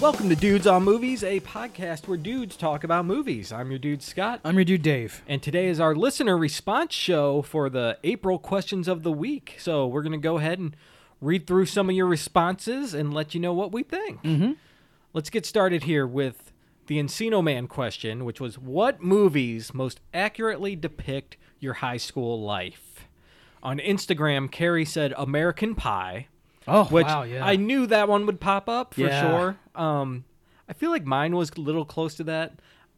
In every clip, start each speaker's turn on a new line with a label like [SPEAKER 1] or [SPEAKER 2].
[SPEAKER 1] Welcome to Dudes on Movies, a podcast where dudes talk about movies. I'm your dude Scott,
[SPEAKER 2] I'm your dude Dave.
[SPEAKER 1] and today is our listener response show for the April questions of the week. So we're going to go ahead and read through some of your responses and let you know what we think. Mm-hmm. Let's get started here with the Encino Man question, which was what movies most accurately depict your high school life? On Instagram, Carrie said American Pie
[SPEAKER 2] Oh
[SPEAKER 1] which
[SPEAKER 2] wow, yeah.
[SPEAKER 1] I knew that one would pop up for
[SPEAKER 2] Yeah.
[SPEAKER 1] sure. Um, I feel like mine was a little close to that.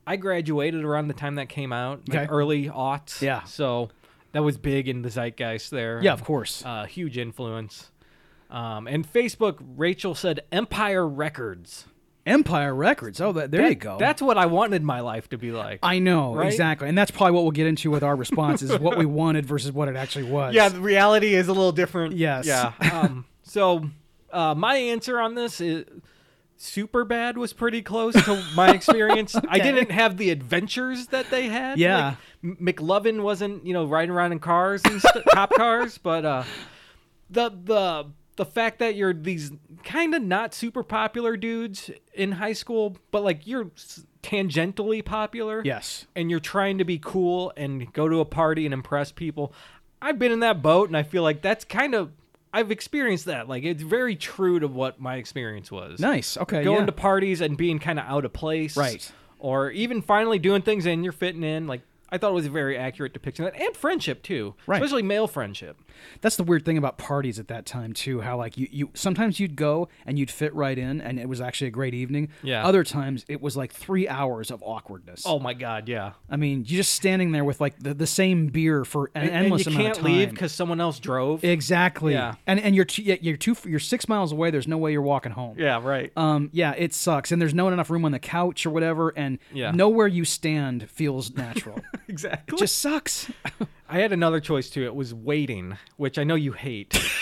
[SPEAKER 1] I graduated around the time that came out, like
[SPEAKER 2] Okay.
[SPEAKER 1] early aughts.
[SPEAKER 2] Yeah.
[SPEAKER 1] so that was big in the zeitgeist there.
[SPEAKER 2] yeah, of course.
[SPEAKER 1] uh, huge influence. Um, and Facebook, Rachel said Empire Records.
[SPEAKER 2] Empire Records. Oh, that, there you
[SPEAKER 1] That-
[SPEAKER 2] go.
[SPEAKER 1] That's what I wanted my life to be like.
[SPEAKER 2] I know
[SPEAKER 1] Right?
[SPEAKER 2] exactly, and that's probably what we'll get into with our responses: is what we wanted versus what it actually was.
[SPEAKER 1] yeah, the reality is a little different.
[SPEAKER 2] Yes.
[SPEAKER 1] Yeah. Um, so uh, my answer on this is super bad was pretty close to my experience. I
[SPEAKER 2] Okay.
[SPEAKER 1] didn't have the adventures that they had.
[SPEAKER 2] Yeah.
[SPEAKER 1] Like, M- McLovin wasn't, you know, riding around in cars and st- cop cars, but uh, the the the fact that you're these kind of not super popular dudes in high school, but like you're s- tangentially popular
[SPEAKER 2] Yes.
[SPEAKER 1] and you're trying to be cool and go to a party and impress people. I've been in that boat and I feel like that's kind of I've experienced that. Like it's very true to what my experience was.
[SPEAKER 2] Nice. Okay.
[SPEAKER 1] Going
[SPEAKER 2] yeah.
[SPEAKER 1] to parties and being kind of out of place.
[SPEAKER 2] Right.
[SPEAKER 1] Or even finally doing things and you're fitting in. Like I thought it was a very accurate depiction of that. And friendship too.
[SPEAKER 2] Right.
[SPEAKER 1] Especially male friendship.
[SPEAKER 2] That's the weird thing about parties at that time too. How like you, you sometimes you'd go and you'd fit right in, and it was actually a great evening.
[SPEAKER 1] Yeah.
[SPEAKER 2] Other times it was like three hours of awkwardness.
[SPEAKER 1] Oh my god, yeah.
[SPEAKER 2] I mean, you're just standing there with like the, the same beer for an
[SPEAKER 1] And-
[SPEAKER 2] endless
[SPEAKER 1] and you
[SPEAKER 2] amount
[SPEAKER 1] can't
[SPEAKER 2] of time.
[SPEAKER 1] leave because someone else drove.
[SPEAKER 2] exactly.
[SPEAKER 1] Yeah.
[SPEAKER 2] And and you're two, you're two you're six miles away. There's no way you're walking home.
[SPEAKER 1] yeah, right.
[SPEAKER 2] Um, yeah, it sucks, and there's no enough room on the couch or whatever, and
[SPEAKER 1] Yeah.
[SPEAKER 2] nowhere you stand feels natural.
[SPEAKER 1] exactly.
[SPEAKER 2] Just sucks.
[SPEAKER 1] I had another choice too. It was waiting, which I know you hate.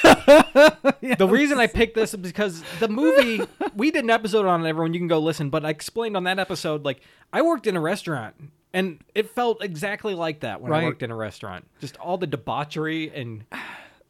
[SPEAKER 1] The reason I picked this is because the movie we did an episode on it, everyone. You can go listen, but I explained on that episode like I worked in a restaurant, and it felt exactly like that when
[SPEAKER 2] Right.
[SPEAKER 1] I worked in a restaurant. Just all the debauchery and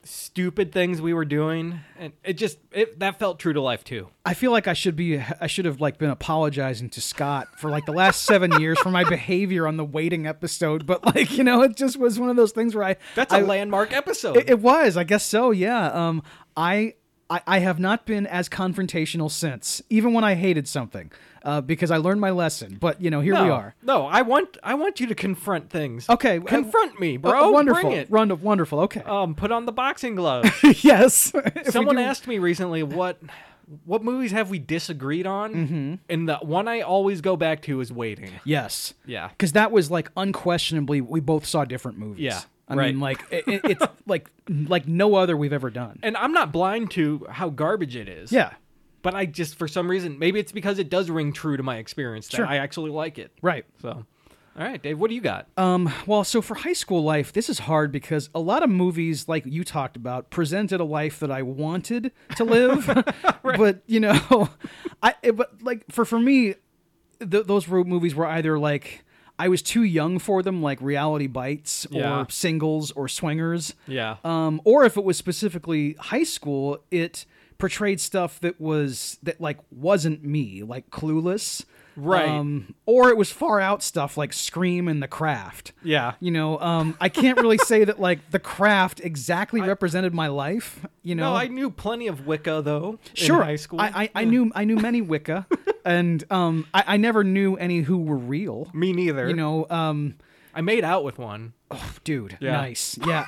[SPEAKER 1] stupid things we were doing, and it just it that felt true to life too.
[SPEAKER 2] I feel like I should be I should have like been apologizing to Scott for like the last seven years for my behavior on the waiting episode, but like you know, it just was one of those things where I
[SPEAKER 1] That's a
[SPEAKER 2] I-
[SPEAKER 1] landmark episode.
[SPEAKER 2] It, it was, I guess so. Yeah. Um, I, I I have not been as confrontational since, even when I hated something, uh, because I learned my lesson. But you know, here
[SPEAKER 1] no,
[SPEAKER 2] we are.
[SPEAKER 1] No, I want I want you to confront things.
[SPEAKER 2] Okay, uh,
[SPEAKER 1] confront me,
[SPEAKER 2] Oh,
[SPEAKER 1] bro.
[SPEAKER 2] wonderful.
[SPEAKER 1] Bring it.
[SPEAKER 2] Run- wonderful. Okay.
[SPEAKER 1] Um, put on the boxing gloves.
[SPEAKER 2] yes. If we
[SPEAKER 1] Someone
[SPEAKER 2] do-
[SPEAKER 1] asked me recently what what movies have we disagreed on,
[SPEAKER 2] Mm-hmm.
[SPEAKER 1] and the one I always go back to is Waiting.
[SPEAKER 2] Yes.
[SPEAKER 1] Yeah.
[SPEAKER 2] Because that was like unquestionably, we both saw different movies.
[SPEAKER 1] Yeah,
[SPEAKER 2] I
[SPEAKER 1] right.
[SPEAKER 2] mean, like it, it- it's like like no other we've ever done.
[SPEAKER 1] And I'm not blind to how garbage it is.
[SPEAKER 2] Yeah.
[SPEAKER 1] But I just for some reason maybe it's because it does ring true to my experience that
[SPEAKER 2] Sure.
[SPEAKER 1] I actually like it.
[SPEAKER 2] Right.
[SPEAKER 1] So, all right, Dave, what do you got?
[SPEAKER 2] Um, well, so for high school life, this is hard because a lot of movies, like you talked about, presented a life that I wanted to live, but you know, I it- but like for for me, th- those were movies were either like I was too young for them, like Reality Bites
[SPEAKER 1] Yeah.
[SPEAKER 2] or Singles or Swingers,
[SPEAKER 1] yeah.
[SPEAKER 2] um, or if it was specifically high school, it portrayed stuff that was that like wasn't me, like Clueless,
[SPEAKER 1] Right.
[SPEAKER 2] Um, or it was far out stuff like Scream and The Craft.
[SPEAKER 1] yeah.
[SPEAKER 2] You know, um, I can't really say that like The Craft exactly represented my life. You know,
[SPEAKER 1] No, I knew plenty of Wicca though.
[SPEAKER 2] sure
[SPEAKER 1] in high school.
[SPEAKER 2] I, I, I knew I knew many Wicca, and um, I, I never knew any who were real.
[SPEAKER 1] me neither.
[SPEAKER 2] You know, um,
[SPEAKER 1] I made out with one.
[SPEAKER 2] oh, dude,
[SPEAKER 1] Yeah.
[SPEAKER 2] nice, yeah.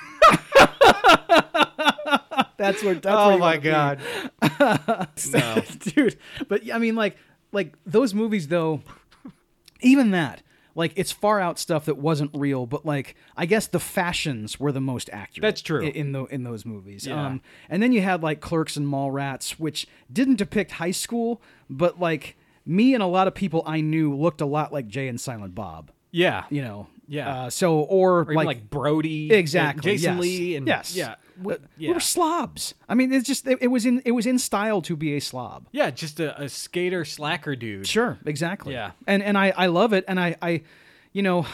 [SPEAKER 2] that's where. That's where
[SPEAKER 1] Oh
[SPEAKER 2] you
[SPEAKER 1] my
[SPEAKER 2] wanna be.
[SPEAKER 1] god. no.
[SPEAKER 2] dude but i mean like like those movies though even that like it's far out stuff that wasn't real but like i guess the fashions were the most accurate
[SPEAKER 1] That's true.
[SPEAKER 2] i- in, the in those movies
[SPEAKER 1] Yeah.
[SPEAKER 2] um and then you had like clerks and mall rats which didn't depict high school but like me and a lot of people i knew looked a lot like jay and silent bob
[SPEAKER 1] Yeah.
[SPEAKER 2] you know
[SPEAKER 1] Yeah.
[SPEAKER 2] uh, so or,
[SPEAKER 1] Or even like, Brody, and
[SPEAKER 2] Exactly.
[SPEAKER 1] Jason
[SPEAKER 2] yes.
[SPEAKER 1] Lee, and
[SPEAKER 2] yes, Uh,
[SPEAKER 1] yeah,
[SPEAKER 2] We, we
[SPEAKER 1] yeah.
[SPEAKER 2] were slobs. I mean, it's just it, it was in it was in style to be a slob.
[SPEAKER 1] Yeah, just a, a skater slacker dude.
[SPEAKER 2] Sure, exactly.
[SPEAKER 1] Yeah.
[SPEAKER 2] and and I I love it, and I I, you know,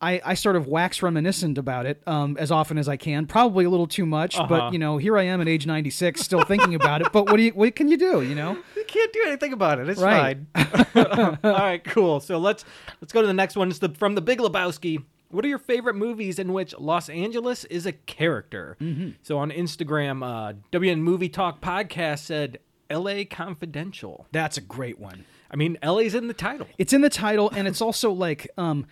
[SPEAKER 2] I, I sort of wax reminiscent about it um, as often as I can, probably a little too much,
[SPEAKER 1] Uh-huh.
[SPEAKER 2] but you know, here I am at age 96 still thinking about it. But what do you, what can you do? You know,
[SPEAKER 1] You can't do anything about it. It's
[SPEAKER 2] Right.
[SPEAKER 1] fine. All right, cool. So let's let's go to the next one. It's the from the Big Lebowski. What are your favorite movies in which Los Angeles is a character?
[SPEAKER 2] Mm-hmm.
[SPEAKER 1] So on Instagram, uh, WN Movie Talk podcast said L.A. Confidential.
[SPEAKER 2] that's a great one.
[SPEAKER 1] I mean, L.A.'s in the title.
[SPEAKER 2] It's in the title, and it's also like um,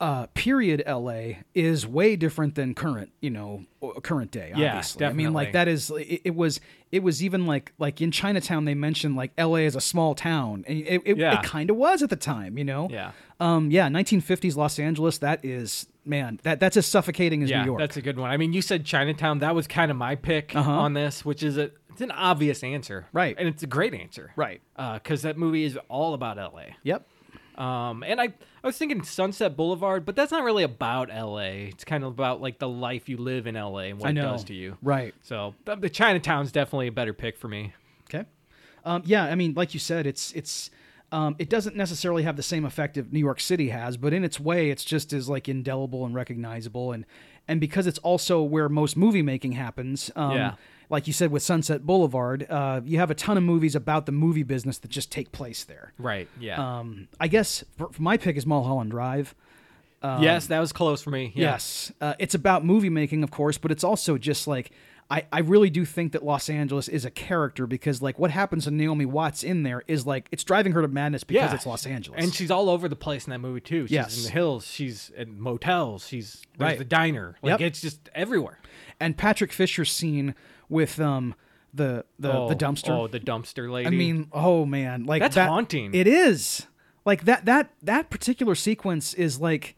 [SPEAKER 2] uh, period LA is way different than current, you know, or- current day.
[SPEAKER 1] Yeah,
[SPEAKER 2] obviously. I mean,
[SPEAKER 1] definitely.
[SPEAKER 2] like that is it, it was it was even like like in Chinatown they mentioned like LA is a small town, and it it,
[SPEAKER 1] Yeah.
[SPEAKER 2] it kind of was at the time, you know.
[SPEAKER 1] Yeah.
[SPEAKER 2] Um. Yeah. 1950s Los Angeles. That is man. That that's as suffocating as
[SPEAKER 1] yeah,
[SPEAKER 2] New York. Uh-huh.
[SPEAKER 1] that's a good one. I mean, you said Chinatown. That was kind of my pick on this, which is a it's an obvious answer,
[SPEAKER 2] Right.
[SPEAKER 1] And it's a great answer,
[SPEAKER 2] Right.
[SPEAKER 1] Because that movie is all about L.A.
[SPEAKER 2] Yep.
[SPEAKER 1] Um, and I, I was thinking Sunset Boulevard, but that's not really about LA. It's kind of about like the life you live in LA and what
[SPEAKER 2] I
[SPEAKER 1] it
[SPEAKER 2] know.
[SPEAKER 1] does to you.
[SPEAKER 2] Right.
[SPEAKER 1] So the, the Chinatown's definitely a better pick for me.
[SPEAKER 2] Okay. Um, yeah, I mean, like you said, it's it's um, it doesn't necessarily have the same effect that New York City has, but in its way, it's just as like indelible and recognizable, and and because it's also where most movie making happens. Um,
[SPEAKER 1] Yeah.
[SPEAKER 2] Like you said with Sunset Boulevard, uh, you have a ton of movies about the movie business that just take place there.
[SPEAKER 1] Right. Yeah.
[SPEAKER 2] Um, I guess for, for my pick is Mulholland Drive.
[SPEAKER 1] yes, that was close for me. Yeah.
[SPEAKER 2] Yes. Uh, it's about movie making, of course, but it's also just like I, I really do think that Los Angeles is a character because like what happens to Naomi Watts in there is like it's driving her to madness because
[SPEAKER 1] Yeah.
[SPEAKER 2] it's Los Angeles.
[SPEAKER 1] And she's all over the place in that movie too. She's
[SPEAKER 2] Yes.
[SPEAKER 1] in the hills. She's in motels. She's there's
[SPEAKER 2] Right.
[SPEAKER 1] the diner. Like
[SPEAKER 2] Yep.
[SPEAKER 1] it's just everywhere.
[SPEAKER 2] and Patrick Fisher's scene with um the the,
[SPEAKER 1] oh,
[SPEAKER 2] the dumpster.
[SPEAKER 1] Oh, the dumpster lady.
[SPEAKER 2] I mean, oh man, like
[SPEAKER 1] That's
[SPEAKER 2] that-
[SPEAKER 1] haunting.
[SPEAKER 2] It is like that that that particular sequence is like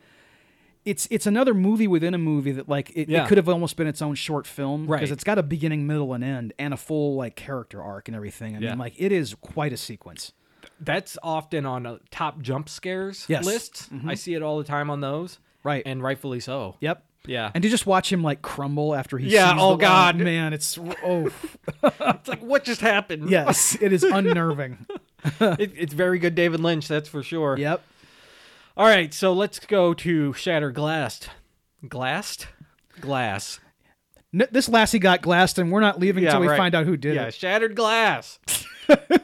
[SPEAKER 2] it's it's another movie within a movie that like it,
[SPEAKER 1] Yeah.
[SPEAKER 2] it could have almost been its own short film because
[SPEAKER 1] Right.
[SPEAKER 2] it's got a beginning, middle, and end and a full like character arc and everything. I
[SPEAKER 1] Yeah.
[SPEAKER 2] mean, like it is quite a sequence.
[SPEAKER 1] that's often on a top jump scares
[SPEAKER 2] Yes. Mm-hmm.
[SPEAKER 1] lists. I see it all the time on those.
[SPEAKER 2] Right.
[SPEAKER 1] And rightfully so.
[SPEAKER 2] Yep.
[SPEAKER 1] Yeah.
[SPEAKER 2] And to just watch him like crumble after he
[SPEAKER 1] Yeah,
[SPEAKER 2] sees
[SPEAKER 1] oh,
[SPEAKER 2] the-
[SPEAKER 1] God.
[SPEAKER 2] man it's oh
[SPEAKER 1] It's like what just happened?
[SPEAKER 2] yes it is unnerving
[SPEAKER 1] it, it's very good David Lynch, that's for sure.
[SPEAKER 2] yep
[SPEAKER 1] All right, so let's go to Shatter Glassed. Glassed? Glass.
[SPEAKER 2] N- this lassie got glassed and we're not leaving until we
[SPEAKER 1] right.
[SPEAKER 2] find out who did
[SPEAKER 1] yeah,
[SPEAKER 2] it
[SPEAKER 1] Shattered Glass.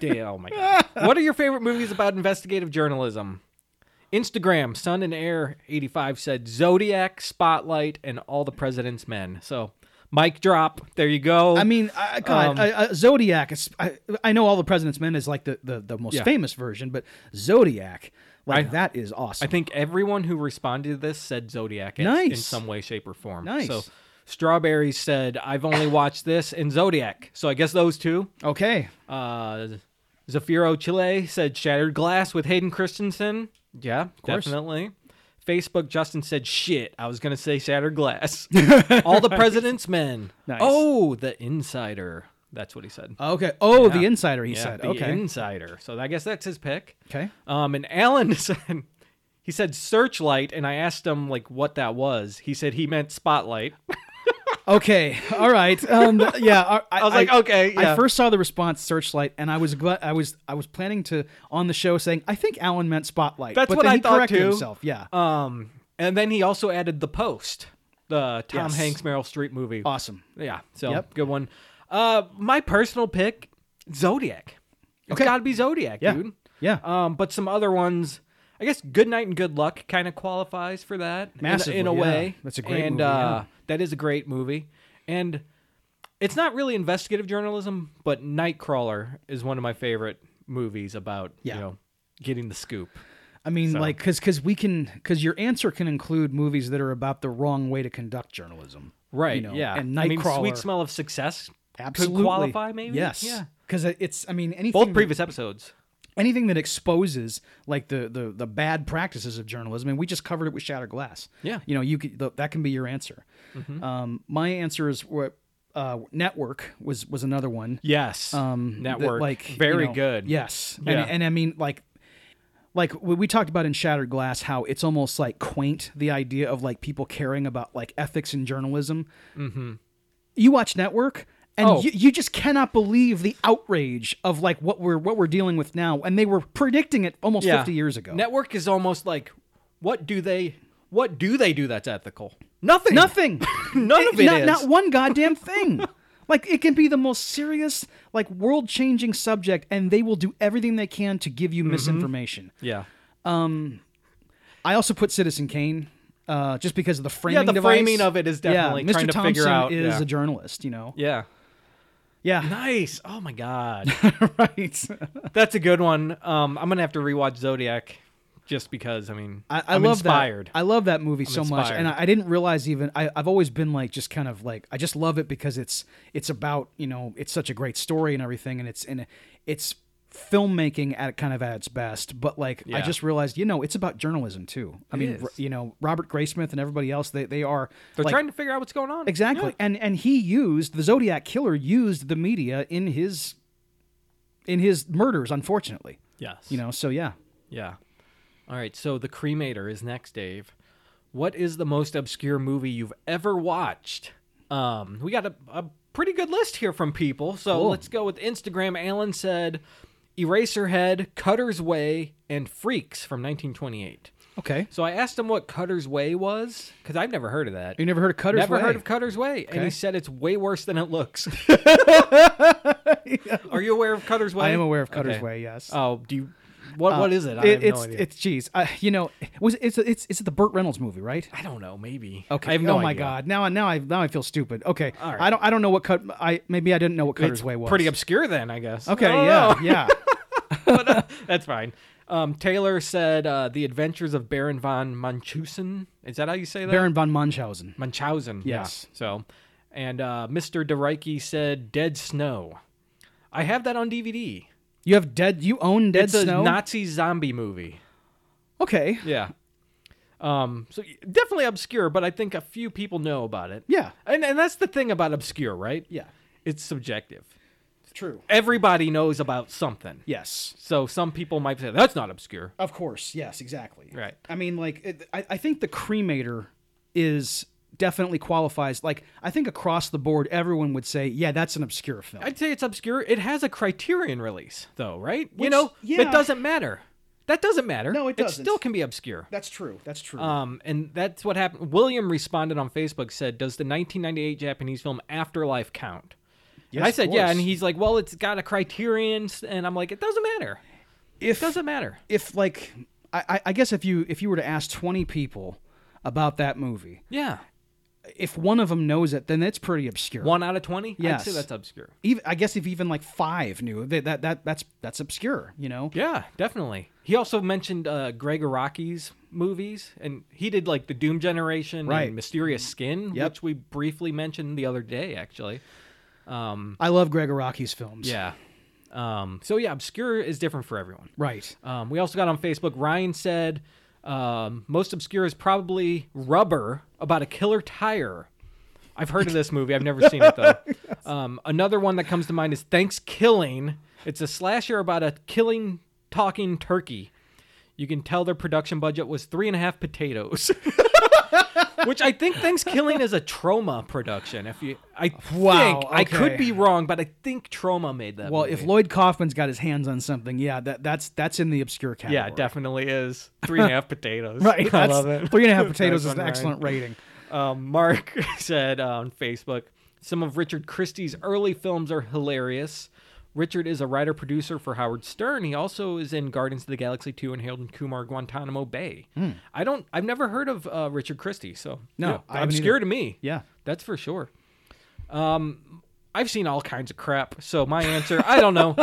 [SPEAKER 1] Damn, oh my god. What are your favorite movies about investigative journalism? Instagram, Sun and Air 85 said Zodiac, Spotlight, and All the President's Men. So, mic drop. There you go.
[SPEAKER 2] I mean, I, God,
[SPEAKER 1] Um,
[SPEAKER 2] I, I, Zodiac. Is, I, I know all the President's Men is like the the, the most
[SPEAKER 1] Yeah.
[SPEAKER 2] famous version, but Zodiac, like that is
[SPEAKER 1] I
[SPEAKER 2] awesome.
[SPEAKER 1] think everyone who responded to this said Zodiac in- in
[SPEAKER 2] Nice.
[SPEAKER 1] some way, shape, or form.
[SPEAKER 2] Nice.
[SPEAKER 1] So Strawberry said, I've only watched this and Zodiac. So I guess those two.
[SPEAKER 2] okay,
[SPEAKER 1] Uh, Zafiro Chile said Shattered Glass with Hayden Christensen. Yeah, definitely. Facebook Justin said, shit, I was going to say Shattered Glass. All the President's Men.
[SPEAKER 2] Nice.
[SPEAKER 1] Oh, The Insider. That's what he said.
[SPEAKER 2] okay. Oh, the
[SPEAKER 1] Yeah.
[SPEAKER 2] Insider. He
[SPEAKER 1] Yeah,
[SPEAKER 2] said,
[SPEAKER 1] The
[SPEAKER 2] okay,
[SPEAKER 1] Insider. So I guess that's his pick.
[SPEAKER 2] okay.
[SPEAKER 1] Um, and Alan said he said searchlight, and I asked him like what that was. He said he meant spotlight.
[SPEAKER 2] Okay, all right. Um, th- yeah, I,
[SPEAKER 1] was like, okay, yeah.
[SPEAKER 2] I first saw the response searchlight, and I was gl- I was I was planning to on the show saying I think Alan meant spotlight.
[SPEAKER 1] That's
[SPEAKER 2] but
[SPEAKER 1] what
[SPEAKER 2] then
[SPEAKER 1] I
[SPEAKER 2] he
[SPEAKER 1] thought,
[SPEAKER 2] corrected
[SPEAKER 1] too.
[SPEAKER 2] Himself. Yeah,
[SPEAKER 1] Um, and then he also added the post, the Tom
[SPEAKER 2] Yes.
[SPEAKER 1] Hanks Meryl Streep movie.
[SPEAKER 2] awesome.
[SPEAKER 1] Yeah, so
[SPEAKER 2] Yep.
[SPEAKER 1] good one. Uh, my personal pick, Zodiac. It's
[SPEAKER 2] Okay.
[SPEAKER 1] got to be Zodiac,
[SPEAKER 2] Yeah.
[SPEAKER 1] dude.
[SPEAKER 2] Yeah.
[SPEAKER 1] Um, but some other ones, I guess Good Night and Good Luck kind of qualifies for that in-
[SPEAKER 2] Massively,
[SPEAKER 1] in, a
[SPEAKER 2] yeah.
[SPEAKER 1] way.
[SPEAKER 2] That's a great
[SPEAKER 1] and
[SPEAKER 2] movie,
[SPEAKER 1] uh, that is a great movie. And it's not really investigative journalism, but Nightcrawler is one of my favorite movies about
[SPEAKER 2] Yeah.
[SPEAKER 1] you know getting the scoop.
[SPEAKER 2] I mean, like, because because we can because your answer can include movies that are about the wrong way to conduct journalism.
[SPEAKER 1] Right.
[SPEAKER 2] You know,
[SPEAKER 1] yeah.
[SPEAKER 2] And
[SPEAKER 1] I mean,
[SPEAKER 2] Nightcrawler.
[SPEAKER 1] Sweet Smell of Success
[SPEAKER 2] absolutely
[SPEAKER 1] could qualify maybe.
[SPEAKER 2] Yes.
[SPEAKER 1] Yeah.
[SPEAKER 2] Because it's I mean anything
[SPEAKER 1] Both
[SPEAKER 2] that-
[SPEAKER 1] previous episodes.
[SPEAKER 2] anything that exposes like the, the the bad practices of journalism, and we just covered it with Shattered Glass.
[SPEAKER 1] Yeah. Mm-hmm.
[SPEAKER 2] You know, you could, th- that can be your answer. Um, my answer is what uh, network was was another one.
[SPEAKER 1] Yes.
[SPEAKER 2] Um, that,
[SPEAKER 1] Network.
[SPEAKER 2] like you
[SPEAKER 1] very
[SPEAKER 2] know,
[SPEAKER 1] good.
[SPEAKER 2] Yes.
[SPEAKER 1] Yeah.
[SPEAKER 2] And, and I mean like like we we talked about in Shattered Glass how it's almost like quaint the idea of like people caring about like ethics in journalism. Mm-hmm. You watch Network, and
[SPEAKER 1] Oh.
[SPEAKER 2] you, you just cannot believe the outrage of like what we're what we're dealing with now, and they were predicting it almost
[SPEAKER 1] Yeah.
[SPEAKER 2] fifty years ago.
[SPEAKER 1] Network is almost like what do they What do they do that's ethical? Nothing.
[SPEAKER 2] Nothing.
[SPEAKER 1] None of it
[SPEAKER 2] not,
[SPEAKER 1] is.
[SPEAKER 2] not one goddamn thing. like it can be the most serious, like world-changing subject, and they will do everything they can to give
[SPEAKER 1] Mm-hmm.
[SPEAKER 2] you misinformation.
[SPEAKER 1] Yeah.
[SPEAKER 2] I also put Citizen Kane, uh, just because of the framing.
[SPEAKER 1] the
[SPEAKER 2] device.
[SPEAKER 1] framing of it is definitely
[SPEAKER 2] yeah, Mr.
[SPEAKER 1] trying to
[SPEAKER 2] Thompson
[SPEAKER 1] figure out-
[SPEAKER 2] is
[SPEAKER 1] yeah.
[SPEAKER 2] a journalist, you know.
[SPEAKER 1] Yeah.
[SPEAKER 2] Yeah,
[SPEAKER 1] Nice. Oh my god.
[SPEAKER 2] right.
[SPEAKER 1] That's a good one. Um, I'm gonna have to rewatch Zodiac, just because. I mean,
[SPEAKER 2] I, I
[SPEAKER 1] am
[SPEAKER 2] love
[SPEAKER 1] inspired.
[SPEAKER 2] that. I love that movie so much,
[SPEAKER 1] inspired.
[SPEAKER 2] and I, I didn't realize even I, I've always been like just kind of like I just love it because it's it's about you know it's such a great story and everything, and it's and it's filmmaking at kind of at its best. But like I
[SPEAKER 1] Yeah.
[SPEAKER 2] just realized you know it's about journalism too. I mean
[SPEAKER 1] is.
[SPEAKER 2] r- you know Robert Graysmith and everybody else they they are
[SPEAKER 1] They're
[SPEAKER 2] like,
[SPEAKER 1] trying to figure out what's going on.
[SPEAKER 2] exactly and and he used the Zodiac killer used the media in his in his murders unfortunately
[SPEAKER 1] Yeah. Yes.
[SPEAKER 2] you know so yeah
[SPEAKER 1] Yeah. All right. So the cremator is next, Dave. What is the most obscure movie you've ever watched? Um, we got a, a pretty good list here from people. So
[SPEAKER 2] Cool.
[SPEAKER 1] let's go with Instagram. Alan said, "Eraserhead, Cutter's Way, and Freaks from 1928."
[SPEAKER 2] okay
[SPEAKER 1] So I asked him what Cutter's Way was because I've never heard of that.
[SPEAKER 2] you never heard of Cutter's
[SPEAKER 1] Never
[SPEAKER 2] Way?
[SPEAKER 1] heard of Cutter's Way, and
[SPEAKER 2] Okay.
[SPEAKER 1] he said it's way worse than it looks. Are you aware of Cutter's Way?
[SPEAKER 2] I am aware of Cutter's
[SPEAKER 1] Okay.
[SPEAKER 2] Way. Yes.
[SPEAKER 1] Oh, do you? What what is it? I
[SPEAKER 2] Uh, it-
[SPEAKER 1] have no
[SPEAKER 2] it's
[SPEAKER 1] idea.
[SPEAKER 2] it's geez. I, you know, was it- it's it's it's the Burt Reynolds movie, right?
[SPEAKER 1] I don't know. Maybe.
[SPEAKER 2] Okay.
[SPEAKER 1] I have no
[SPEAKER 2] oh my
[SPEAKER 1] idea.
[SPEAKER 2] God. Now I now I now I feel stupid. Okay.
[SPEAKER 1] All right.
[SPEAKER 2] I don't I don't know what cut. I maybe I didn't know what Cutter's
[SPEAKER 1] It's
[SPEAKER 2] Way was.
[SPEAKER 1] pretty obscure then, I guess.
[SPEAKER 2] Okay.
[SPEAKER 1] I don't
[SPEAKER 2] Yeah.
[SPEAKER 1] know.
[SPEAKER 2] Yeah.
[SPEAKER 1] but, uh, that's fine. Um, Taylor said uh, the Adventures of Baron von Munchausen. Is that how you say that?
[SPEAKER 2] Baron von Munchausen.
[SPEAKER 1] Munchausen.
[SPEAKER 2] Yes.
[SPEAKER 1] Yeah. So, and uh, Mr. DeReike said Dead Snow. I have that on DVD.
[SPEAKER 2] You have dead. You own Dead
[SPEAKER 1] it's
[SPEAKER 2] Snow.
[SPEAKER 1] a Nazi zombie movie.
[SPEAKER 2] okay.
[SPEAKER 1] Yeah. Um, so definitely obscure, but I think a few people know about it.
[SPEAKER 2] Yeah.
[SPEAKER 1] And and that's the thing about obscure, right?
[SPEAKER 2] Yeah.
[SPEAKER 1] It's subjective.
[SPEAKER 2] True.
[SPEAKER 1] Everybody knows about something.
[SPEAKER 2] Yes.
[SPEAKER 1] So some people might say that's not obscure.
[SPEAKER 2] Of course. Yes. Exactly.
[SPEAKER 1] Right.
[SPEAKER 2] I mean, like, it, I, I think the cremator is definitely qualifies. Like, I think across the board, everyone would say, yeah, that's an obscure film.
[SPEAKER 1] I'd say it's obscure. It has a Criterion release, though, right? you
[SPEAKER 2] Which-
[SPEAKER 1] know,
[SPEAKER 2] yeah.
[SPEAKER 1] that doesn't matter. That doesn't matter.
[SPEAKER 2] No, it doesn't.
[SPEAKER 1] It still can be obscure.
[SPEAKER 2] that's true. That's true.
[SPEAKER 1] Um, and that's what happened. William responded on Facebook said, "Does the 1998 Japanese film Afterlife count?" and
[SPEAKER 2] Yes,
[SPEAKER 1] I
[SPEAKER 2] of
[SPEAKER 1] said, "Yeah."
[SPEAKER 2] course.
[SPEAKER 1] And he's like, "Well, it's got a Criterion," s- and I'm like, "It doesn't matter.
[SPEAKER 2] if
[SPEAKER 1] It doesn't matter."
[SPEAKER 2] if like I, I- I guess if you if you were to ask 20 people about that movie
[SPEAKER 1] Yeah,
[SPEAKER 2] if one of them knows it then it's pretty obscure
[SPEAKER 1] one out of twenty.
[SPEAKER 2] Yes.
[SPEAKER 1] I'd say that's obscure.
[SPEAKER 2] even i guess if even like five knew that that, that that's that's obscure you know
[SPEAKER 1] Yeah, definitely. He also mentioned uh, Greg Araki's movies, and he did like the Doom Generation
[SPEAKER 2] Right.
[SPEAKER 1] and Mysterious Skin,
[SPEAKER 2] Yep.
[SPEAKER 1] which we briefly mentioned the other day, actually. Um,
[SPEAKER 2] i love gregor rocky's films
[SPEAKER 1] yeah. Um, so yeah, obscure is different for everyone.
[SPEAKER 2] right
[SPEAKER 1] Um, we also got on Facebook. Ryan said um, most obscure is probably Rubber about a killer tire. I've heard of this movie. I've never seen it though. Um, another one that comes to mind is Thanksgiving. It's a slasher about a killing talking turkey. You can tell their production budget was three and a half potatoes. Which I think Thanksgiving is a Troma production. If you, I
[SPEAKER 2] Wow,
[SPEAKER 1] think I could
[SPEAKER 2] okay.
[SPEAKER 1] be wrong, but I think Troma made that.
[SPEAKER 2] well
[SPEAKER 1] movie.
[SPEAKER 2] if lloyd kaufman's got his hands on something yeah that that's that's in the obscure category
[SPEAKER 1] Yeah, it definitely is. Three and a half potatoes.
[SPEAKER 2] right
[SPEAKER 1] I
[SPEAKER 2] that's,
[SPEAKER 1] love it.
[SPEAKER 2] three and a half potatoes
[SPEAKER 1] Nice
[SPEAKER 2] is
[SPEAKER 1] one,
[SPEAKER 2] an
[SPEAKER 1] Ryan.
[SPEAKER 2] excellent rating
[SPEAKER 1] Um, Mark said on Facebook some of Richard Christie's early films are hilarious. Richard is a writer producer for Howard Stern. He also is in Guardians of the Galaxy 2 and Harold and Kumar Guantanamo Bay. I don't I've never heard of uh, Richard Christie, so
[SPEAKER 2] Hmm. No, I haven't
[SPEAKER 1] obscure
[SPEAKER 2] either.
[SPEAKER 1] to me.
[SPEAKER 2] yeah
[SPEAKER 1] That's for sure. Um, I've seen all kinds of crap, so my answer, I don't know.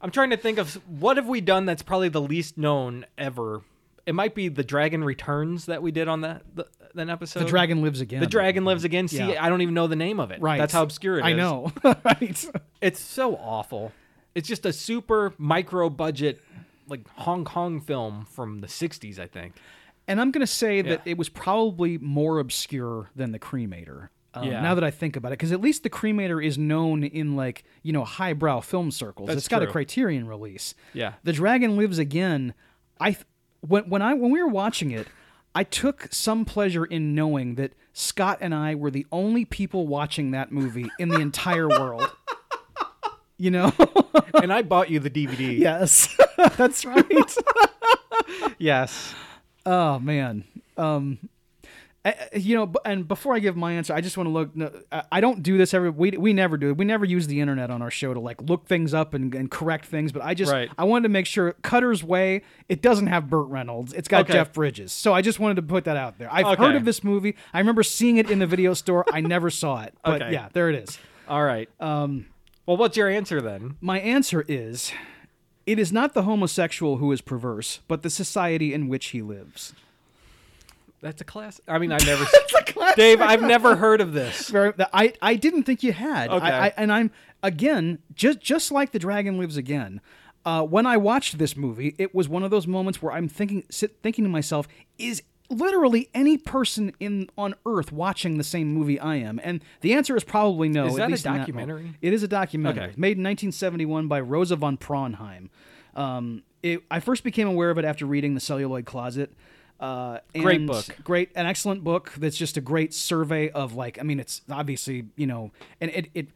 [SPEAKER 1] I'm trying to think of what have we done that's probably the least known ever. It might be the Dragon Returns that we did on that the, that episode.
[SPEAKER 2] the dragon lives again
[SPEAKER 1] The Dragon lives again. See,
[SPEAKER 2] Yeah.
[SPEAKER 1] I don't even know the name of it.
[SPEAKER 2] right
[SPEAKER 1] That's how obscure it is.
[SPEAKER 2] i know right
[SPEAKER 1] It's so awful. It's just a super micro budget, like Hong Kong film from the '60s, I think.
[SPEAKER 2] And I'm going to say that it was probably more obscure than the cremator. Um,
[SPEAKER 1] Yeah.
[SPEAKER 2] Now that I think about it, because at least the cremator is known in like you know highbrow film circles.
[SPEAKER 1] That's
[SPEAKER 2] it's got a
[SPEAKER 1] true.
[SPEAKER 2] Criterion release.
[SPEAKER 1] Yeah.
[SPEAKER 2] The Dragon Lives Again. I th- when when I when we were watching it, I took some pleasure in knowing that Scott and I were the only people watching that movie in the entire world. You know?
[SPEAKER 1] and I bought you the DVD.
[SPEAKER 2] yes, that's right.
[SPEAKER 1] Yes.
[SPEAKER 2] Oh man. Um I- I- you know, b- and before I give my answer, I just want to look. No, I- I don't do this every. We, we never do it. We never use the internet on our show to like look things up and, and correct things. But I just
[SPEAKER 1] Right.
[SPEAKER 2] I wanted to make sure Cutter's Way it doesn't have Burt Reynolds. It's got
[SPEAKER 1] Okay.
[SPEAKER 2] Jeff Bridges. So I just wanted to put that out there. I've
[SPEAKER 1] Okay.
[SPEAKER 2] heard of this movie. I remember seeing it in the video store. I never saw it. But
[SPEAKER 1] Okay.
[SPEAKER 2] yeah, there it is.
[SPEAKER 1] All right. Um, well, what's your answer then?
[SPEAKER 2] My answer is, it is not the homosexual who is perverse, but the society in which he lives.
[SPEAKER 1] That's a class. I mean, I've never. That's a class. Dave, I've never heard of this.
[SPEAKER 2] very that I, I didn't think you had.
[SPEAKER 1] Okay.
[SPEAKER 2] I, I, and I'm again just just like the dragon lives again. Uh, when I watched this movie, it was one of those moments where I'm thinking sit, thinking to myself, is literally any person in on earth watching the same movie I am? And the answer is probably no.
[SPEAKER 1] Is
[SPEAKER 2] at
[SPEAKER 1] that a
[SPEAKER 2] least in moment.
[SPEAKER 1] documentary?
[SPEAKER 2] It is a documentary.
[SPEAKER 1] Okay.
[SPEAKER 2] Made in 1971 by Rosa von Braunheim. Um, it, I first became aware of it after reading The Celluloid Closet. Uh,
[SPEAKER 1] Great
[SPEAKER 2] and-
[SPEAKER 1] book.
[SPEAKER 2] Great, an excellent book that's just a great survey of like, I mean, it's obviously, you know, and it, it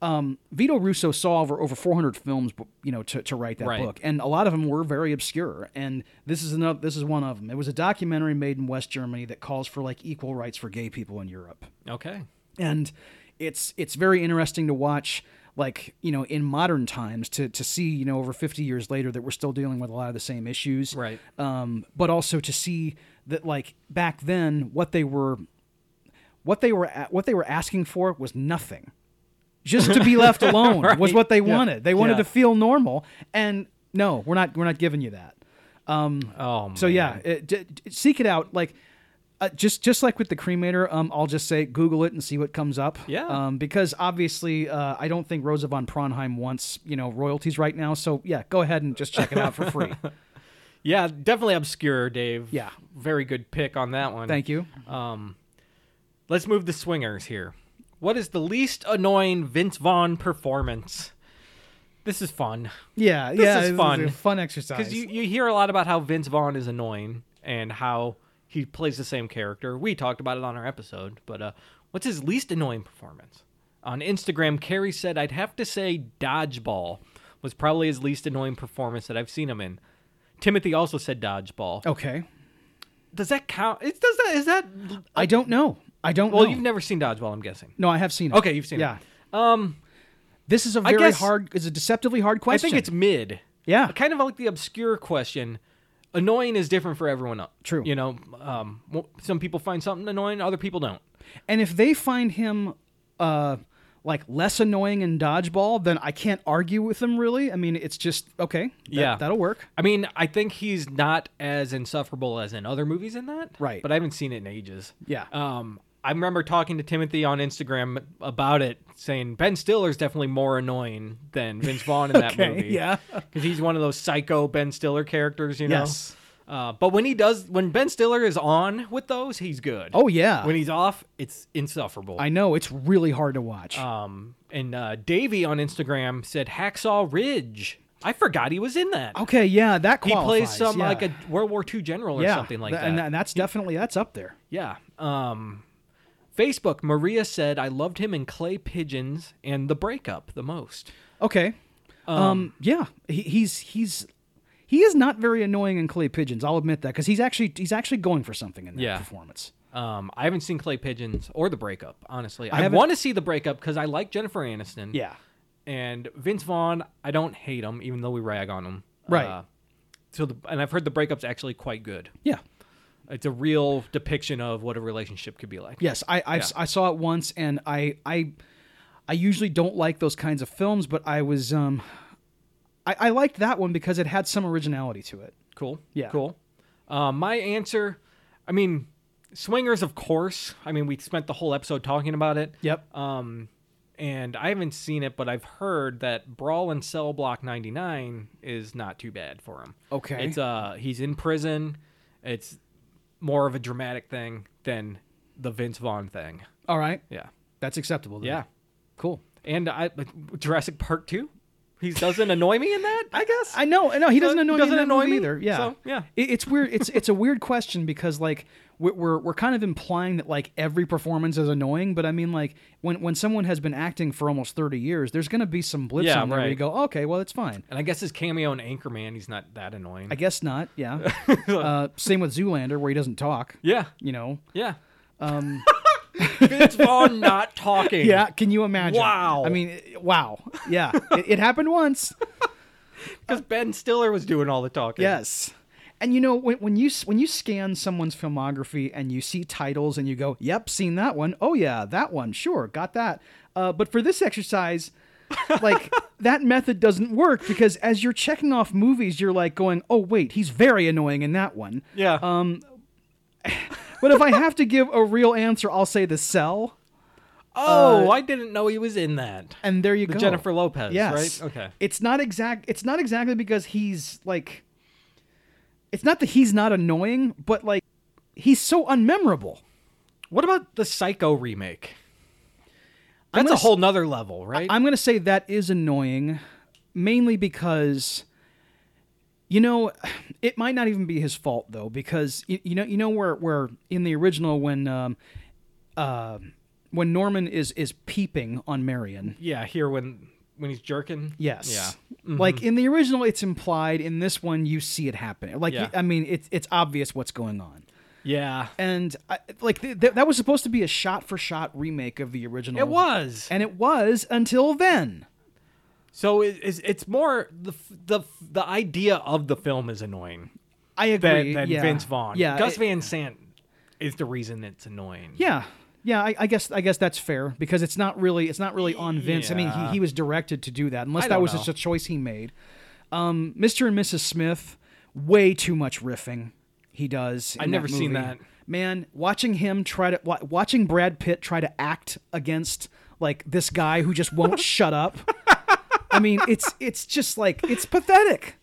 [SPEAKER 2] um, Vito Russo saw over, over 400 films, you know, to, to write that
[SPEAKER 1] Right.
[SPEAKER 2] book. And a lot of them were very obscure. And this is another, this is one of them. It was a documentary made in West Germany that calls for like equal rights for gay people in Europe
[SPEAKER 1] Okay.
[SPEAKER 2] and it's it's very interesting to watch like you know in modern times to to see you know over 50 years later that we're still dealing with a lot of the same issues
[SPEAKER 1] Right.
[SPEAKER 2] um but also to see that like back then what they were what they were a- what they were asking for was nothing just to be left alone was what they wanted they wanted
[SPEAKER 1] Yeah.
[SPEAKER 2] to feel normal and no we're not we're not giving you that
[SPEAKER 1] Oh. Man.
[SPEAKER 2] so yeah, it, d- d- seek it out. Like uh, just just like with the cremator, um, I'll just say Google it and see what comes up.
[SPEAKER 1] Yeah.
[SPEAKER 2] Um, because obviously, uh, I don't think Rosa von Praunheim wants you know royalties right now. So yeah, go ahead and just check it out for free.
[SPEAKER 1] Yeah, definitely obscure, Dave.
[SPEAKER 2] Yeah.
[SPEAKER 1] Very good pick on that one.
[SPEAKER 2] Thank you.
[SPEAKER 1] Let's move to swingers here. What is the least annoying Vince Vaughn performance? This is fun
[SPEAKER 2] Yeah, yeah,
[SPEAKER 1] is
[SPEAKER 2] this
[SPEAKER 1] fun.
[SPEAKER 2] a fun exercise.
[SPEAKER 1] because you, you hear a lot about how Vince Vaughn is annoying and how he plays the same character. We talked about it on our episode, but uh, what's his least annoying performance? On Instagram, Carrie said, "I'd have to say Dodgeball was probably his least annoying performance that I've seen him in." Timothy also said Dodgeball.
[SPEAKER 2] okay,
[SPEAKER 1] Does that count? It does that? Is that?
[SPEAKER 2] I don't know. I don't
[SPEAKER 1] Well,
[SPEAKER 2] know.
[SPEAKER 1] you've never seen Dodgeball, I'm guessing.
[SPEAKER 2] no, I have seen it.
[SPEAKER 1] Okay, you've seen it.
[SPEAKER 2] yeah. Yeah. Um, this is a very
[SPEAKER 1] guess-
[SPEAKER 2] hard. It's a deceptively hard
[SPEAKER 1] I
[SPEAKER 2] question.
[SPEAKER 1] think it's mid.
[SPEAKER 2] Yeah.
[SPEAKER 1] Kind of like the obscure question. Annoying is different for everyone else.
[SPEAKER 2] True.
[SPEAKER 1] You know, um, mo- some people find something annoying, other people don't.
[SPEAKER 2] And if they find him uh like less annoying in dodgeball, then I can't argue with them really. I mean, it's just okay. that-
[SPEAKER 1] Yeah.
[SPEAKER 2] That'll work.
[SPEAKER 1] I mean, I think he's not as insufferable as in other movies in that.
[SPEAKER 2] Right.
[SPEAKER 1] But I haven't seen it in ages.
[SPEAKER 2] Yeah.
[SPEAKER 1] Um, I remember talking to Timothy on Instagram about it, saying Ben Stiller's definitely more annoying than Vince Vaughn in that
[SPEAKER 2] Okay,
[SPEAKER 1] movie.
[SPEAKER 2] yeah.
[SPEAKER 1] Because he's one of those psycho Ben Stiller characters, you know?
[SPEAKER 2] Yes.
[SPEAKER 1] Uh, but when he does, when Ben Stiller is on with those, he's good.
[SPEAKER 2] Oh yeah.
[SPEAKER 1] When he's off, it's insufferable.
[SPEAKER 2] I know it's really hard to watch.
[SPEAKER 1] um, and uh, Davey on Instagram said Hacksaw Ridge. I forgot he was in that.
[SPEAKER 2] okay, yeah, that
[SPEAKER 1] he
[SPEAKER 2] Oh, qualifies.
[SPEAKER 1] plays some
[SPEAKER 2] yeah.
[SPEAKER 1] like a World War II general or
[SPEAKER 2] yeah,
[SPEAKER 1] something like
[SPEAKER 2] th-
[SPEAKER 1] that.
[SPEAKER 2] And, and that's definitely that's up there.
[SPEAKER 1] yeah. Um, Facebook Maria said I loved him in Clay Pigeons and The Breakup the most.
[SPEAKER 2] Okay. Um, yeah, he, he's he's he is not very annoying in clay pigeons. I'll admit that cuz he's actually he's actually going for something in that
[SPEAKER 1] Yeah.
[SPEAKER 2] performance.
[SPEAKER 1] Um, I haven't seen Clay Pigeons or The Breakup. Honestly, I,
[SPEAKER 2] haven't-
[SPEAKER 1] want to see The Breakup because I like Jennifer Aniston.
[SPEAKER 2] Yeah.
[SPEAKER 1] and Vince Vaughn, I don't hate him, even though we rag on him. Uh,
[SPEAKER 2] Right.
[SPEAKER 1] so, the, and I've heard the breakup's actually quite good.
[SPEAKER 2] Yeah.
[SPEAKER 1] It's a real depiction of what a relationship could be like.
[SPEAKER 2] Yes, I I've,
[SPEAKER 1] Yeah.
[SPEAKER 2] I saw it once, and I I I usually don't like those kinds of films, but I was um I, I liked that one because it had some originality to it.
[SPEAKER 1] Cool.
[SPEAKER 2] Yeah.
[SPEAKER 1] Cool. Uh, my answer, I mean, swingers, of course. I mean, we spent the whole episode talking about it.
[SPEAKER 2] Yep.
[SPEAKER 1] Um, and I haven't seen it, but I've heard that Brawl and Cell Block 99 is not too bad for him.
[SPEAKER 2] Okay.
[SPEAKER 1] It's uh, he's in prison. It's more of a dramatic thing than the Vince Vaughn thing.
[SPEAKER 2] All right,
[SPEAKER 1] Yeah.
[SPEAKER 2] that's acceptable. Then.
[SPEAKER 1] Yeah.
[SPEAKER 2] cool.
[SPEAKER 1] And I Jurassic Park 2. He doesn't annoy me in that, I guess.
[SPEAKER 2] I know, no, he doesn't annoy
[SPEAKER 1] doesn't
[SPEAKER 2] me, in that
[SPEAKER 1] annoy
[SPEAKER 2] movie
[SPEAKER 1] me,
[SPEAKER 2] either. Yeah,
[SPEAKER 1] so, yeah.
[SPEAKER 2] It, it's weird. It's it's a weird question because like we're, we're we're kind of implying that like every performance is annoying, but I mean like when when someone has been acting for almost thirty years, there's gonna be some blips
[SPEAKER 1] Yeah,
[SPEAKER 2] on there where you
[SPEAKER 1] right.
[SPEAKER 2] go, okay, well it's fine.
[SPEAKER 1] and I guess his cameo in Anchorman, he's not that annoying.
[SPEAKER 2] I guess not. Yeah. uh, same with Zoolander, where he doesn't talk.
[SPEAKER 1] yeah.
[SPEAKER 2] You know.
[SPEAKER 1] Yeah. Vince Vaughn not talking.
[SPEAKER 2] Um, Yeah, can you imagine?
[SPEAKER 1] Wow.
[SPEAKER 2] I mean, it- wow. Yeah, it, it happened once.
[SPEAKER 1] because Ben Stiller was doing all the talking.
[SPEAKER 2] Yes. And you know when, when you s- when you scan someone's filmography and you see titles and you go, "Yep, seen that one. Oh yeah, that one. Sure, got that." Uh, but for this exercise, like that method doesn't work because as you're checking off movies, you're like going, "Oh wait, he's very annoying in that one."
[SPEAKER 1] Yeah.
[SPEAKER 2] Um, But if I have to give a real answer, I'll say The Cell,
[SPEAKER 1] oh, I didn't know he was in that.
[SPEAKER 2] and there you
[SPEAKER 1] The
[SPEAKER 2] uh, go.
[SPEAKER 1] Jennifer Lopez,
[SPEAKER 2] Yes.
[SPEAKER 1] right? Okay.
[SPEAKER 2] It's not exact. It's not exactly because he's like. It's not that he's not annoying, but like, he's so unmemorable.
[SPEAKER 1] What about the Psycho remake?
[SPEAKER 2] I'm
[SPEAKER 1] That's
[SPEAKER 2] gonna
[SPEAKER 1] a
[SPEAKER 2] s-
[SPEAKER 1] whole nother level, right?
[SPEAKER 2] I'm gonna say that is annoying, mainly because, you know, it might not even be his fault though, because you, you know, you know where where in the original when, um, uh, when Norman is is peeping on Marion.
[SPEAKER 1] yeah, here when when he's jerking.
[SPEAKER 2] Yes.
[SPEAKER 1] Yeah. Mm-hmm.
[SPEAKER 2] Like in the original, it's implied. In this one, you see it happening. Like
[SPEAKER 1] Yeah.
[SPEAKER 2] I mean, it's it's obvious what's going on.
[SPEAKER 1] Yeah.
[SPEAKER 2] And I, like th- th- that was supposed to be a shot for shot remake of the original.
[SPEAKER 1] It was.
[SPEAKER 2] and it was until then.
[SPEAKER 1] So it, it's, it's more the f- the f- the idea of the film is annoying
[SPEAKER 2] I
[SPEAKER 1] than,
[SPEAKER 2] agree.
[SPEAKER 1] than
[SPEAKER 2] yeah.
[SPEAKER 1] Vince Vaughn.
[SPEAKER 2] Yeah,
[SPEAKER 1] Gus
[SPEAKER 2] it-
[SPEAKER 1] Van Sant is the reason it's annoying.
[SPEAKER 2] Yeah, yeah. I, I guess I guess that's fair because it's not really it's not really on Vince. I mean,
[SPEAKER 1] Yeah.
[SPEAKER 2] he, he was directed to do that, unless
[SPEAKER 1] I
[SPEAKER 2] that
[SPEAKER 1] don't
[SPEAKER 2] was
[SPEAKER 1] know.
[SPEAKER 2] just a choice he made. Um, Mr. and Mrs. Smith, way too much riffing. He does. in
[SPEAKER 1] I've never
[SPEAKER 2] that
[SPEAKER 1] seen
[SPEAKER 2] movie.
[SPEAKER 1] that.
[SPEAKER 2] Man, watching him try to wa- watching Brad Pitt try to act against like this guy who just won't shut up. I mean, it's it's just like it's pathetic.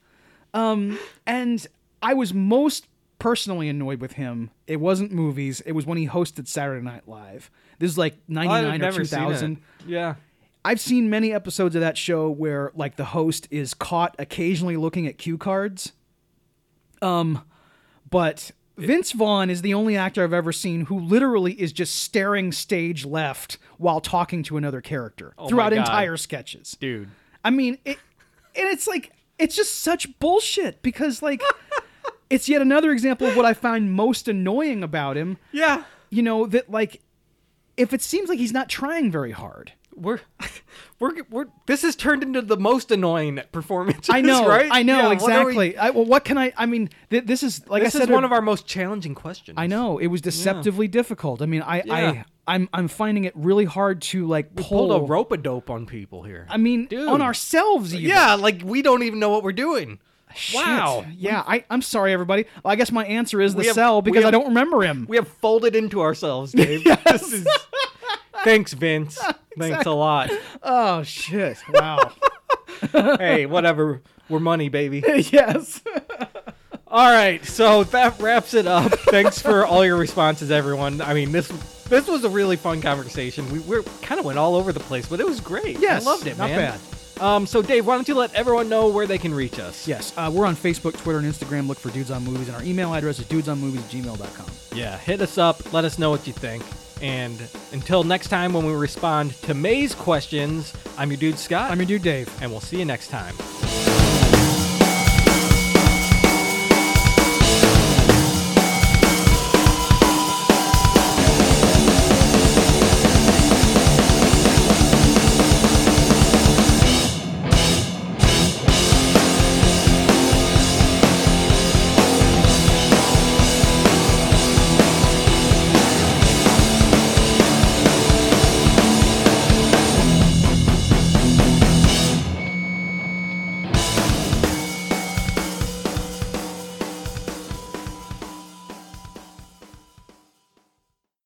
[SPEAKER 2] Um, And I was most personally annoyed with him. It wasn't movies. It was when he hosted Saturday Night Live. This is like
[SPEAKER 1] I've
[SPEAKER 2] 99 or
[SPEAKER 1] never seen
[SPEAKER 2] 2000.
[SPEAKER 1] it. Yeah.
[SPEAKER 2] I've seen many episodes of that show where like the host is caught occasionally looking at cue cards. Um but Vince Vaughn is the only actor I've ever seen who literally is just staring stage left while talking to another character
[SPEAKER 1] Oh my
[SPEAKER 2] throughout
[SPEAKER 1] God.
[SPEAKER 2] entire sketches.
[SPEAKER 1] Dude.
[SPEAKER 2] I mean, it, and it's like it's just such bullshit because like it's yet another example of what I find most annoying about him.
[SPEAKER 1] Yeah.
[SPEAKER 2] You know that like if it seems like he's not trying very hard.
[SPEAKER 1] We're we're we're this has turned into the most annoying performance.
[SPEAKER 2] I know,
[SPEAKER 1] right?
[SPEAKER 2] I know
[SPEAKER 1] Yeah, what are we-
[SPEAKER 2] exactly. I, well, what can I? I mean, th- this is like
[SPEAKER 1] this
[SPEAKER 2] I said,
[SPEAKER 1] is one of our most challenging questions.
[SPEAKER 2] I know it was deceptively difficult. I mean, I,
[SPEAKER 1] Yeah.
[SPEAKER 2] I, I'm, I'm finding it really hard to like pull
[SPEAKER 1] Pulled a rope a dope on people here.
[SPEAKER 2] I mean,
[SPEAKER 1] Dude.
[SPEAKER 2] on ourselves. Even.
[SPEAKER 1] yeah, like we don't even know what we're doing.
[SPEAKER 2] Shit.
[SPEAKER 1] Wow.
[SPEAKER 2] Yeah, I, I'm sorry, everybody. Well, I guess my answer is the
[SPEAKER 1] have-
[SPEAKER 2] cell
[SPEAKER 1] we
[SPEAKER 2] because I
[SPEAKER 1] have-
[SPEAKER 2] don't remember him.
[SPEAKER 1] We have folded into ourselves, Dave. This is Thanks, Vince. Thanks a lot.
[SPEAKER 2] Oh shit! Wow.
[SPEAKER 1] Hey, whatever. We're money, baby.
[SPEAKER 2] yes.
[SPEAKER 1] All right, so that wraps it up. Thanks for all your responses, everyone. I mean, this this was a really fun conversation. We we kind of went all over the place, but it was great.
[SPEAKER 2] Yes,
[SPEAKER 1] I loved it,
[SPEAKER 2] not
[SPEAKER 1] man. Bad. Um, so Dave, why don't you let everyone know where they can reach us?
[SPEAKER 2] Yes. Uh, we're on Facebook, Twitter, and Instagram. Look for Dudes on Movies, and our email address is dudesonmovies@gmail.com.
[SPEAKER 1] Yeah, hit us up. Let us know what you think. And until next time, when we respond to May's questions, I'm your dude Scott,
[SPEAKER 2] I'm your dude, Dave.
[SPEAKER 1] and we'll see you next time.